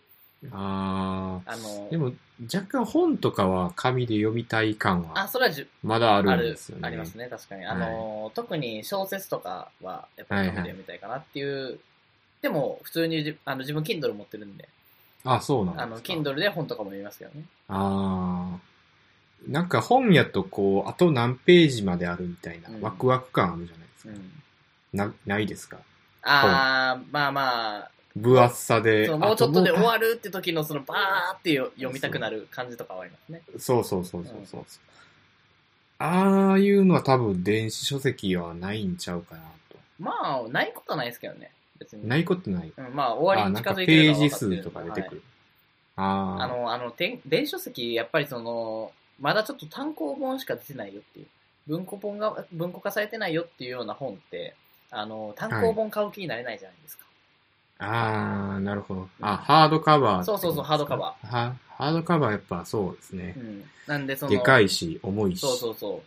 [SPEAKER 2] あ
[SPEAKER 1] あの
[SPEAKER 2] ー。でも、若干本とかは紙で読みたい感
[SPEAKER 1] あ、
[SPEAKER 2] は、
[SPEAKER 1] それはじゅ
[SPEAKER 2] まだあ
[SPEAKER 1] あ
[SPEAKER 2] るん
[SPEAKER 1] る
[SPEAKER 2] ですよね。
[SPEAKER 1] ありますね、確かに。あの、特に小説とかは、やっぱ
[SPEAKER 2] はい
[SPEAKER 1] り
[SPEAKER 2] はい
[SPEAKER 1] 紙で読みたいかなっていう。でも、普通にじあの自分、Kindle 持ってるんで、
[SPEAKER 2] あ、そうなんです
[SPEAKER 1] あ
[SPEAKER 2] か。
[SPEAKER 1] の、Kindle で本とかも読みますけどね。
[SPEAKER 2] あーなんか本やとこう、あと何ページまであるみたいな
[SPEAKER 1] うん
[SPEAKER 2] ワクワク感あるじゃないです
[SPEAKER 1] う
[SPEAKER 2] か。
[SPEAKER 1] ん。
[SPEAKER 2] なないですか
[SPEAKER 1] あー、まあまあ、
[SPEAKER 2] 分厚さで。
[SPEAKER 1] そうもうちょっとで
[SPEAKER 2] あ
[SPEAKER 1] 終
[SPEAKER 2] もう
[SPEAKER 1] わるって時の、その、バーってよ読みたくなる感じとかはありますね。
[SPEAKER 2] そうそうそうそうそう。ああいうのは多分電子書籍はないんちゃうかなと。
[SPEAKER 1] まあ、ないことはないですけどね、別に。
[SPEAKER 2] ないことない。
[SPEAKER 1] うん、まあ、
[SPEAKER 2] あ
[SPEAKER 1] 終わ
[SPEAKER 2] ー
[SPEAKER 1] りに
[SPEAKER 2] なん
[SPEAKER 1] 近
[SPEAKER 2] か
[SPEAKER 1] づ
[SPEAKER 2] ペ
[SPEAKER 1] いてる
[SPEAKER 2] ー
[SPEAKER 1] のは
[SPEAKER 2] ジ
[SPEAKER 1] 分かってる
[SPEAKER 2] 数とか出てく
[SPEAKER 1] はい
[SPEAKER 2] る。ああ
[SPEAKER 1] あの、あの、てん電子書籍、やっぱりその、まだちょっと単行本しか出てないよっていう。文庫本が、文庫化されてないよっていうような本って、あの、単行本買う気になれないじゃないですか。
[SPEAKER 2] あー、なるほど。あ、ハードカバーってことですか。
[SPEAKER 1] そうそうそうハードカバ
[SPEAKER 2] ー。は、ハードカバーやっぱそうですね。
[SPEAKER 1] うん。なんで、その、
[SPEAKER 2] でかいし、重いし。
[SPEAKER 1] そうそうそう。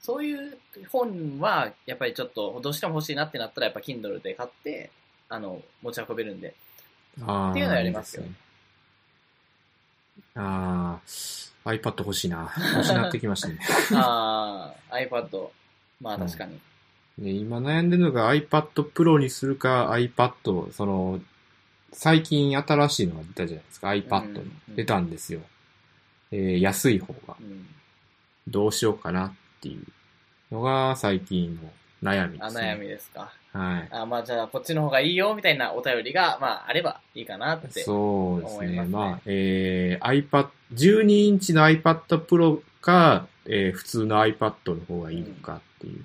[SPEAKER 1] そういう本は、やっぱりちょっと、どうしても欲しいなってなったら、やっぱ Kindle で買って、あの、持ち運べる んで。
[SPEAKER 2] あー
[SPEAKER 1] っていうのやりますよ
[SPEAKER 2] いいでねああ、iPad 欲しいな。欲しなってき ましたね。
[SPEAKER 1] ああ、iPad。まあ確かに。
[SPEAKER 2] で今悩んでるのが iPad Pro にするか iPad、その、最近新しいのが出たじゃないですか。iPad の
[SPEAKER 1] うんうん
[SPEAKER 2] 出たんですよ。えー安い方が
[SPEAKER 1] う。ん。
[SPEAKER 2] どうしようかなっていうのが最近の悩み
[SPEAKER 1] あ、
[SPEAKER 2] です、ね。
[SPEAKER 1] 悩みですか。
[SPEAKER 2] はい。
[SPEAKER 1] あまあじゃあ、こっちの方がいいよ、みたいなお便りが、まあ、あればいいかなって。
[SPEAKER 2] そうです
[SPEAKER 1] 思い
[SPEAKER 2] ね。
[SPEAKER 1] ますね
[SPEAKER 2] まあ、えー、iPad、12インチの iPad Pro か、えー普通の iPad の方がいいのかっていう。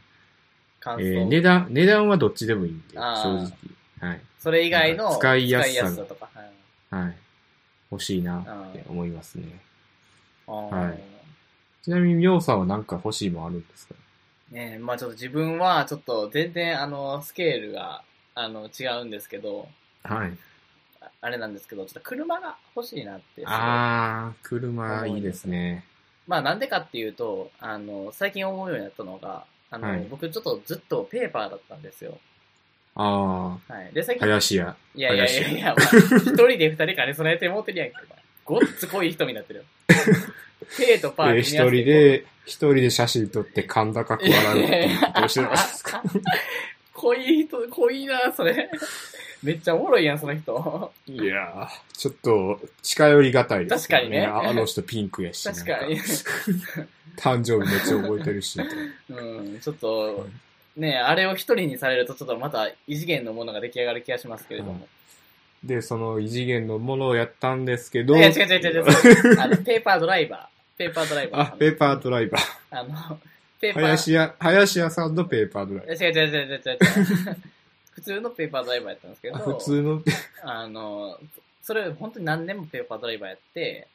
[SPEAKER 1] 感想、
[SPEAKER 2] えー値段、値段はどっちでもいいんで、正
[SPEAKER 1] あー
[SPEAKER 2] 直。はい。
[SPEAKER 1] それ以外
[SPEAKER 2] なん
[SPEAKER 1] の
[SPEAKER 2] か使いやすさ
[SPEAKER 1] 使とか。うん
[SPEAKER 2] はい。欲しいなって思いますね。
[SPEAKER 1] あー
[SPEAKER 2] はいちなみに、みょうさんはなんか欲しいもんあるんですか
[SPEAKER 1] ねえまあちょっと自分は、ちょっと全然、あの、スケールが、あの、違うんですけど、
[SPEAKER 2] はい。
[SPEAKER 1] ああれなんですけど、ちょっと車が欲しいなって。
[SPEAKER 2] あー、車いいですね。
[SPEAKER 1] まあなんでかっていうと、あの、最近思うようになったのが、あの、
[SPEAKER 2] はい
[SPEAKER 1] 僕ちょっとずっとペーパーだったんですよ。
[SPEAKER 2] あ
[SPEAKER 1] はい。で、最
[SPEAKER 2] ー、
[SPEAKER 1] 近、
[SPEAKER 2] 林家。
[SPEAKER 1] いやいやいやいや、まあ一人で二人金備えて持ってるやんけ、お前ごっつ濃い人になってるよ。ペーとパー
[SPEAKER 2] えー
[SPEAKER 1] 組
[SPEAKER 2] 一
[SPEAKER 1] み合わ
[SPEAKER 2] 人
[SPEAKER 1] せて
[SPEAKER 2] で、一人で写真撮って、甲高く笑うっていうことをしてま すか
[SPEAKER 1] 濃い人、濃いな、それ。めっちゃおもろいやん、その人。
[SPEAKER 2] いやー、ちょっと近寄りがたいです、
[SPEAKER 1] 確かにね
[SPEAKER 2] ああの人ピンクやし。
[SPEAKER 1] 確かに
[SPEAKER 2] なん。誕生日めっちゃ覚えてるし。
[SPEAKER 1] うん、ちょっと、ね、あれを一人にされると、ちょっとまた異次元のものが出来上がる気がしますけれども。
[SPEAKER 2] で、その異次元のものをやったんですけど。
[SPEAKER 1] いや、違う違う違う違う。 あの、ペーパードライバー。ペーパードライバー。
[SPEAKER 2] あ、ペーパードライバー。
[SPEAKER 1] あの、ペーパー。
[SPEAKER 2] 林家、林家さんのペーパードライ
[SPEAKER 1] いや違う違う違う違う違う。 普通のペーパードライバーやったんですけど、
[SPEAKER 2] バー。あ普通の、
[SPEAKER 1] あの、それ本当に何年もペーパードライバーやって、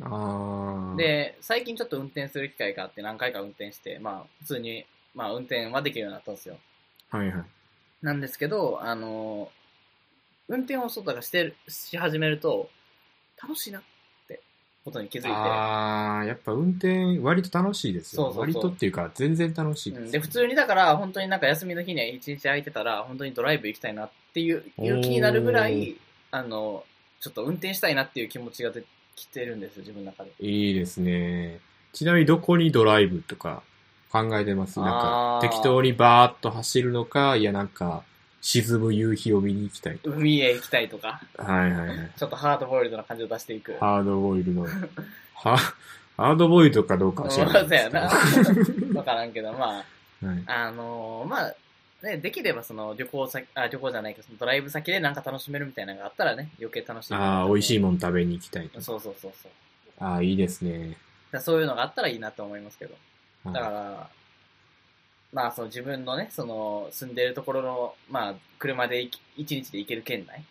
[SPEAKER 2] あー、
[SPEAKER 1] で、最近ちょっと運転する機会があって何回か運転して、まあ、普通に、まあ、運転はできるようになったんですよ。
[SPEAKER 2] はいはい。
[SPEAKER 1] なんですけど、あの、運転を外からしてる、し始めると、楽しいなってことに気づい
[SPEAKER 2] あー、やっぱ運転割と楽しいですよ。
[SPEAKER 1] そうそうそう
[SPEAKER 2] 割とっていうか、全然楽しい
[SPEAKER 1] て、
[SPEAKER 2] で
[SPEAKER 1] う
[SPEAKER 2] す、
[SPEAKER 1] んで、普通にだから、本当になんか休みの日には一日空いてたら、本当にドライブ行きたいなっていういう気になるぐら
[SPEAKER 2] お
[SPEAKER 1] い
[SPEAKER 2] ー、
[SPEAKER 1] あの、ちょっと運転したいなっていう気持ちが出てきてるんですよ、自分の中で。
[SPEAKER 2] いいですね。ちなみにどこにドライブとか考えてますなん
[SPEAKER 1] あ
[SPEAKER 2] か
[SPEAKER 1] ー
[SPEAKER 2] 適当にバーッと走るのか、いやなんか沈む夕日を見に行きたいと
[SPEAKER 1] 海へ行きたいとか、
[SPEAKER 2] か。はいはいはい。
[SPEAKER 1] ちょっとハードボイルドな感じを出していく。
[SPEAKER 2] ハードボイルド。は、ハードボイルドかどうかは知らない
[SPEAKER 1] そう
[SPEAKER 2] です
[SPEAKER 1] や
[SPEAKER 2] けど。
[SPEAKER 1] な。わからんけど、まあ、
[SPEAKER 2] はい。
[SPEAKER 1] あのーまあ、ね、できればその旅行先、あ、旅行じゃないけど、そのドライブ先でなんか楽しめるみたいなのがあったらね、余計楽しい。
[SPEAKER 2] ああ、美味しい
[SPEAKER 1] も
[SPEAKER 2] もん食べに行きたいと。
[SPEAKER 1] そうそうそうそう。
[SPEAKER 2] ああ、いいですね。
[SPEAKER 1] だそういうのがあったらいいなと思いますけど。だか
[SPEAKER 2] は
[SPEAKER 1] ら、まあその自分のね、その住んでるところの、まあ車で行き一日で行ける県内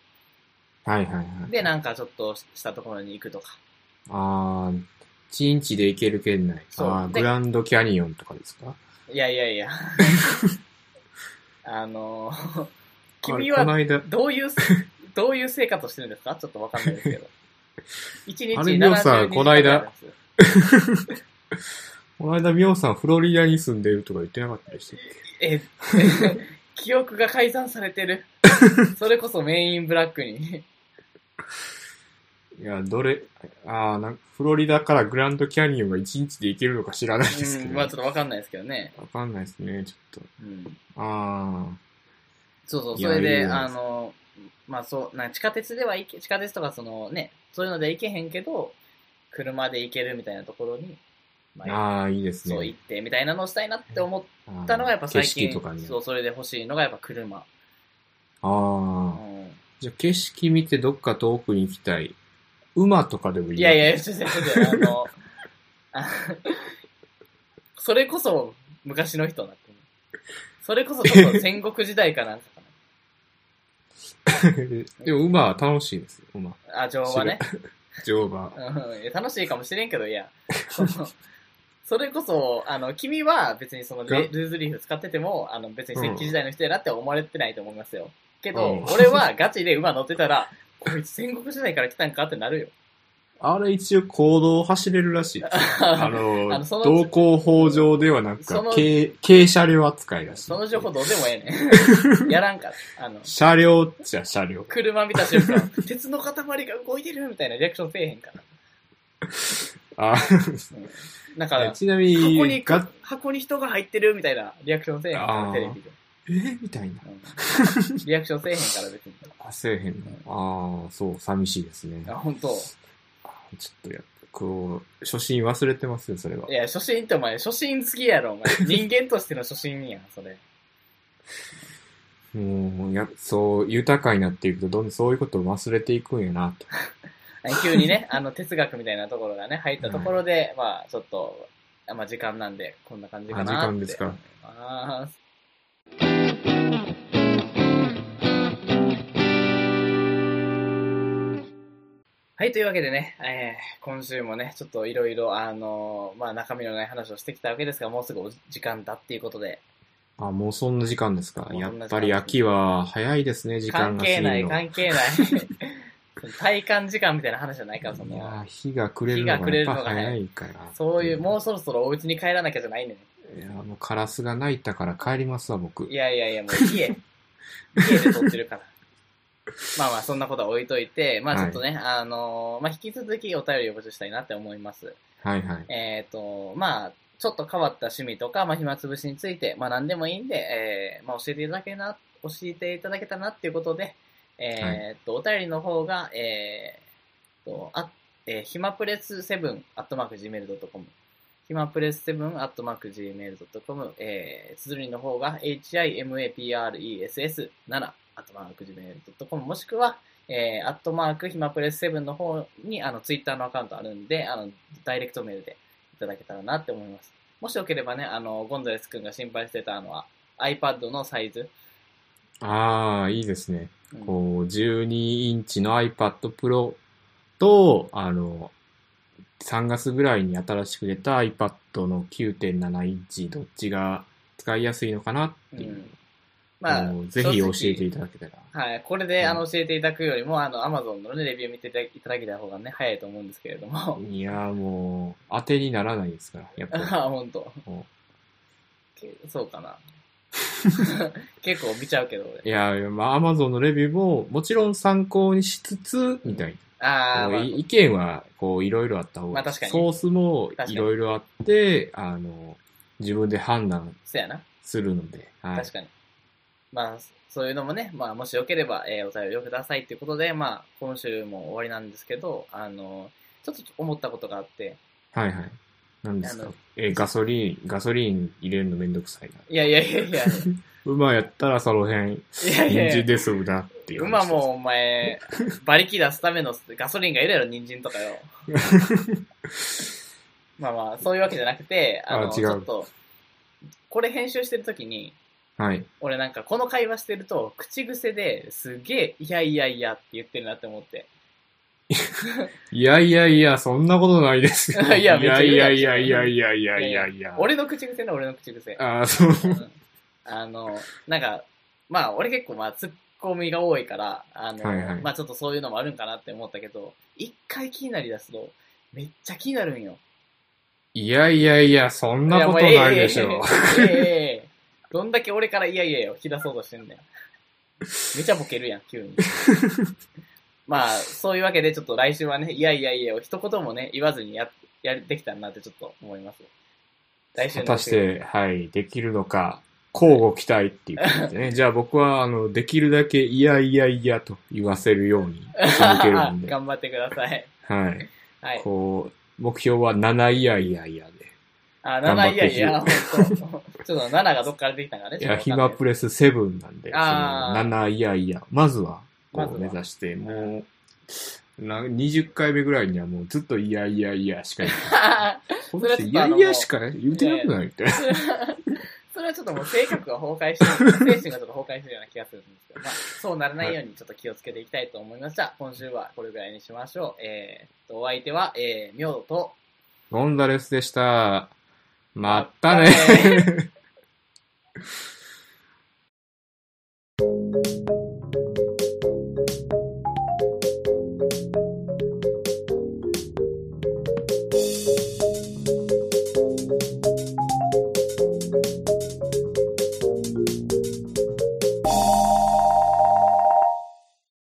[SPEAKER 2] はいはいはい。
[SPEAKER 1] でなんかちょっとしたところに行くとか。
[SPEAKER 2] ああ、チンチで行ける県内。
[SPEAKER 1] そう
[SPEAKER 2] ああ、
[SPEAKER 1] で
[SPEAKER 2] グランドキャニオンとかですか
[SPEAKER 1] いやいやい や。あのー君
[SPEAKER 2] あれこの
[SPEAKER 1] は
[SPEAKER 2] 間、
[SPEAKER 1] どう いう、どういう生活をしてるんですかちょっとわかんないですけど。一日
[SPEAKER 2] あれりょうさん
[SPEAKER 1] 72
[SPEAKER 2] こないだ
[SPEAKER 1] 時間なんですよ
[SPEAKER 2] この間、ミョウさん、フロリダに住んでるとか言ってなかったでしたっ
[SPEAKER 1] え、記憶が改ざんされてる。それこそメインブラックに。
[SPEAKER 2] けいや、どれ、ああ、なんか、フロリダからグランドキャニオンが1日で行けるのか知らないですけ
[SPEAKER 1] う
[SPEAKER 2] ど、
[SPEAKER 1] ん、ま
[SPEAKER 2] わ
[SPEAKER 1] あちょっとわかんないですけどね。
[SPEAKER 2] かんないですね、ちょっ
[SPEAKER 1] うん。
[SPEAKER 2] と。あ
[SPEAKER 1] そうそう、
[SPEAKER 2] い
[SPEAKER 1] そ
[SPEAKER 2] や
[SPEAKER 1] れ
[SPEAKER 2] いい
[SPEAKER 1] で、
[SPEAKER 2] よ
[SPEAKER 1] あの、まあそう、なんか地下鉄では行け、地下鉄とかそのね、そういうので行けへんけど、車で行けるみたいなところに、ま
[SPEAKER 2] あ、
[SPEAKER 1] あ、
[SPEAKER 2] ああ、いいですね。
[SPEAKER 1] そう行ってみたいなのをしたいなって思
[SPEAKER 2] 行
[SPEAKER 1] ったのがやっぱ最
[SPEAKER 2] 景色
[SPEAKER 1] 近
[SPEAKER 2] とかに。
[SPEAKER 1] そうそれで欲しいのがやっぱ車、う
[SPEAKER 2] ああ、
[SPEAKER 1] ん、
[SPEAKER 2] じゃあ景色見てどっか遠くに行きたい。馬とかでもいい
[SPEAKER 1] いやい
[SPEAKER 2] や。
[SPEAKER 1] やちょっとちょっとあの あそれこそ昔の人になってるそれこそちょっと戦国時代かなんかか
[SPEAKER 2] でも馬は楽しいですよ、馬。
[SPEAKER 1] なあ乗馬 ね、
[SPEAKER 2] 乗馬。
[SPEAKER 1] うんいや、楽しいかもしれんけどいや そのそれこそあの君は別にそのレルーズリーフ使っててもあの別に石器時代の人やなって思われてないと思いますよけど、
[SPEAKER 2] うん
[SPEAKER 1] 俺はガチで馬乗ってたらこいつ戦国時代から来たんかってなるよ
[SPEAKER 2] あれ一応行動を走れるらしいですよ。 あの、
[SPEAKER 1] あのその
[SPEAKER 2] 道交法上ではなく
[SPEAKER 1] その
[SPEAKER 2] 軽、軽車両扱いらしい。
[SPEAKER 1] その情報どうでもええね ん。やらんから。あの、
[SPEAKER 2] 車両っちゃ車両。
[SPEAKER 1] 車見た瞬間、 鉄の塊が動いてるみたいなリアクションせえへんから。
[SPEAKER 2] あ、
[SPEAKER 1] だから、
[SPEAKER 2] ちなみ
[SPEAKER 1] 箱
[SPEAKER 2] に
[SPEAKER 1] に、
[SPEAKER 2] ガッ、
[SPEAKER 1] 箱に人が入ってるみたいなリアクションせえへんか
[SPEAKER 2] あ
[SPEAKER 1] ら、
[SPEAKER 2] ー
[SPEAKER 1] テレビで。
[SPEAKER 2] えーみたいな。
[SPEAKER 1] うんリアクションせえへんから別に。
[SPEAKER 2] あ、せえへんの。ああ、そう、寂しいですね。
[SPEAKER 1] あ、本当。。
[SPEAKER 2] ちょっとやっぱ、こう、初心忘れてますよ、それはい
[SPEAKER 1] や、初心ってお前、初心好きやろ、お前。人間としての初心やん、それ。
[SPEAKER 2] もう、や、そう、豊かになっていくと、どんどんそういうことを忘れていくんやな、と。
[SPEAKER 1] 急に ね、あの、哲学みたいなところがね、入ったところで、まあ、ちょっと、あまあ、時間なんで、こんな感じかなって。
[SPEAKER 2] あ時間ですか
[SPEAKER 1] あーはい、というわけでね、えー今週もね、ちょっといろいろ、あのーまあ、中身のない話をしてきたわけですが、もうすぐお時間だっていうことで、
[SPEAKER 2] あ、もうそんな時間ですか。
[SPEAKER 1] もう
[SPEAKER 2] や
[SPEAKER 1] そ
[SPEAKER 2] っ
[SPEAKER 1] んな時間ですね
[SPEAKER 2] ぱり秋は早いですね、時
[SPEAKER 1] 関
[SPEAKER 2] 間が過ぎ
[SPEAKER 1] 係
[SPEAKER 2] る
[SPEAKER 1] ない、
[SPEAKER 2] の。
[SPEAKER 1] 関係ない。 体感時間みたいな話じゃないから、そ
[SPEAKER 2] いや
[SPEAKER 1] の
[SPEAKER 2] ー、、日が暮れる
[SPEAKER 1] 日が暮れ
[SPEAKER 2] の
[SPEAKER 1] る
[SPEAKER 2] が
[SPEAKER 1] の
[SPEAKER 2] やっ
[SPEAKER 1] が早
[SPEAKER 2] ぱ早
[SPEAKER 1] い
[SPEAKER 2] いから。
[SPEAKER 1] そういう、も
[SPEAKER 2] う
[SPEAKER 1] うそろそろお家に帰らなきゃじゃないねん。
[SPEAKER 2] ん。いやー、もうカラスが鳴いたから帰りますわ、僕。
[SPEAKER 1] いやいやいや、もう家、家で撮ってるから。まあまあ、そんなことは置いといて、まあちょっとね、あのーまあ引き続きお便りを募集したいなって思います。
[SPEAKER 2] はいはい。
[SPEAKER 1] えっ、と、まあ、ちょっと変わった趣味とか、まあ暇つぶしについて、まあ何でもいいんで、えーまあ教えていただけな、教えていただけたなっていうことで、えっ、と、お便りの方が、えー、と、あ、えー、ひまプレス7、アットマーク Gmail.com。ひまプレス7、アットマーク Gmail.com。えー、つづりの方が、himapres7、アットマーク Gmail.com。もしくは、えー、アットマークひまプレス7の方に、あの、ツイッターのアカウントあるんで、あの、ダイレクトメールでいただけたらなって思います。もしよければね、あの、ゴンザレス君が心配してた、あの、あ iPad のサイズ。
[SPEAKER 2] ああ、いいですね。
[SPEAKER 1] うん
[SPEAKER 2] こう、12インチの iPad Pro と、あの、3月ぐらいに新しく出た iPad の9.7インチ、どっちが使いやすいのかなっていう。
[SPEAKER 1] まあ
[SPEAKER 2] こう、ぜひ教えて
[SPEAKER 1] 正
[SPEAKER 2] いただけたら。
[SPEAKER 1] 直はい、これで、
[SPEAKER 2] うん
[SPEAKER 1] あの教えていただくよりも、あの、アマゾンのね、レビュー見ていただいただけた方がね、早いと思うんですけれども。
[SPEAKER 2] いやーもう、当てにならないですから、やっぱ
[SPEAKER 1] あ
[SPEAKER 2] り。
[SPEAKER 1] 本当
[SPEAKER 2] も
[SPEAKER 1] けそうかな。 結構見ちゃうけど、
[SPEAKER 2] うい
[SPEAKER 1] 俺。
[SPEAKER 2] やー、まあ、Amazon のレビューも、もちろん参考にしつつ、みたい
[SPEAKER 1] あ
[SPEAKER 2] な。
[SPEAKER 1] ー、
[SPEAKER 2] こ
[SPEAKER 1] ま
[SPEAKER 2] う
[SPEAKER 1] あ、
[SPEAKER 2] い意見は、こう、いろいろあった方
[SPEAKER 1] まあ
[SPEAKER 2] が、
[SPEAKER 1] 確かに
[SPEAKER 2] ソースもいろいろあって、あの、自分で判断
[SPEAKER 1] そやな。
[SPEAKER 2] するので、はい。
[SPEAKER 1] 確かに。まあ、そういうのもね、まあ、もしよければ、えーお便りをくださいということで、まあ、今週も終わりなんですけど、あの、ちょっと思ったことがあって、
[SPEAKER 2] はいはい。何です
[SPEAKER 1] あ
[SPEAKER 2] か
[SPEAKER 1] の
[SPEAKER 2] え、ガソリン、ガソリン入れるのめんどくさいな。
[SPEAKER 1] いやいやいやいや、
[SPEAKER 2] 馬やったらその辺、
[SPEAKER 1] いやいや
[SPEAKER 2] 人参ですうなっていう話
[SPEAKER 1] 馬
[SPEAKER 2] です。
[SPEAKER 1] もお前、馬力出すためのガソリンがいるやろ、人参とか よ。まあまあ、そういうわけじゃなくて、あの、
[SPEAKER 2] あ違う
[SPEAKER 1] ちょっと、これ編集してる時に、
[SPEAKER 2] はい。
[SPEAKER 1] 俺なんかこの会話してると、口癖ですげえ、いやいやいやって言ってるなって思って。
[SPEAKER 2] いやいやいや、そんなことないですよ。
[SPEAKER 1] いや
[SPEAKER 2] い
[SPEAKER 1] めっち
[SPEAKER 2] や
[SPEAKER 1] ゃ
[SPEAKER 2] い
[SPEAKER 1] 言うや
[SPEAKER 2] や
[SPEAKER 1] ん
[SPEAKER 2] いやいやいやいやいやいや。
[SPEAKER 1] 俺の口癖ね、俺の口癖。
[SPEAKER 2] ああ、そう。
[SPEAKER 1] うんあの、なんか、まあ俺結構まあツッコミが多いから、あの、
[SPEAKER 2] はいはい
[SPEAKER 1] まあちょっとそういうのもあるんかなって思ったけど、一回気になりだすと、めっちゃ気になるんよ。
[SPEAKER 2] いやいやいや、そんなことないでしょ。
[SPEAKER 1] いやもうええええええええええどんだけ俺からいやいやいやを引き出そうとしてんだよ。めちゃボケるやん、急に。まあ、そういうわけで、ちょっと来週はね、いやいやいやを一言もね、言わずにや、やれできたらなってちょっと思います。来週
[SPEAKER 2] 果
[SPEAKER 1] の
[SPEAKER 2] たして、はい、できるのか、交互期待っていうことですね。じゃあ僕は、あの、できるだけ、いやいやいやと言わせるように続けるんで、
[SPEAKER 1] 頑張ってください。
[SPEAKER 2] はい。
[SPEAKER 1] はい。
[SPEAKER 2] こう、目標は7いやいやいや
[SPEAKER 1] あ、
[SPEAKER 2] 頑張
[SPEAKER 1] 7、い
[SPEAKER 2] って
[SPEAKER 1] や
[SPEAKER 2] い
[SPEAKER 1] い
[SPEAKER 2] く
[SPEAKER 1] や、本当ちょっと7がどっから出てきたんかね。
[SPEAKER 2] で。
[SPEAKER 1] ち
[SPEAKER 2] い
[SPEAKER 1] ょ
[SPEAKER 2] や、
[SPEAKER 1] っと
[SPEAKER 2] ヒ
[SPEAKER 1] わかんな
[SPEAKER 2] マプレス7なんで、その
[SPEAKER 1] あー
[SPEAKER 2] 7いやいや、まずは、こ
[SPEAKER 1] まず
[SPEAKER 2] う
[SPEAKER 1] は
[SPEAKER 2] 目指して、もう、な20回目ぐらいにはもうずっといやいやいやしか言ってない。こ
[SPEAKER 1] それ
[SPEAKER 2] の
[SPEAKER 1] はちょ
[SPEAKER 2] 人
[SPEAKER 1] っ
[SPEAKER 2] い
[SPEAKER 1] と
[SPEAKER 2] や
[SPEAKER 1] あの
[SPEAKER 2] いやしか言ってなくないって。
[SPEAKER 1] それはちょっともう性格が崩壊してる、精神がちょっと崩壊してるような気がするんですけど、まあ、そうならないようにちょっと気をつけていきたいと思いました。今週はこれぐらいにしましょう。えー、と、お相手は、えー、みょうと、
[SPEAKER 2] ゴンザレスでした。まったね。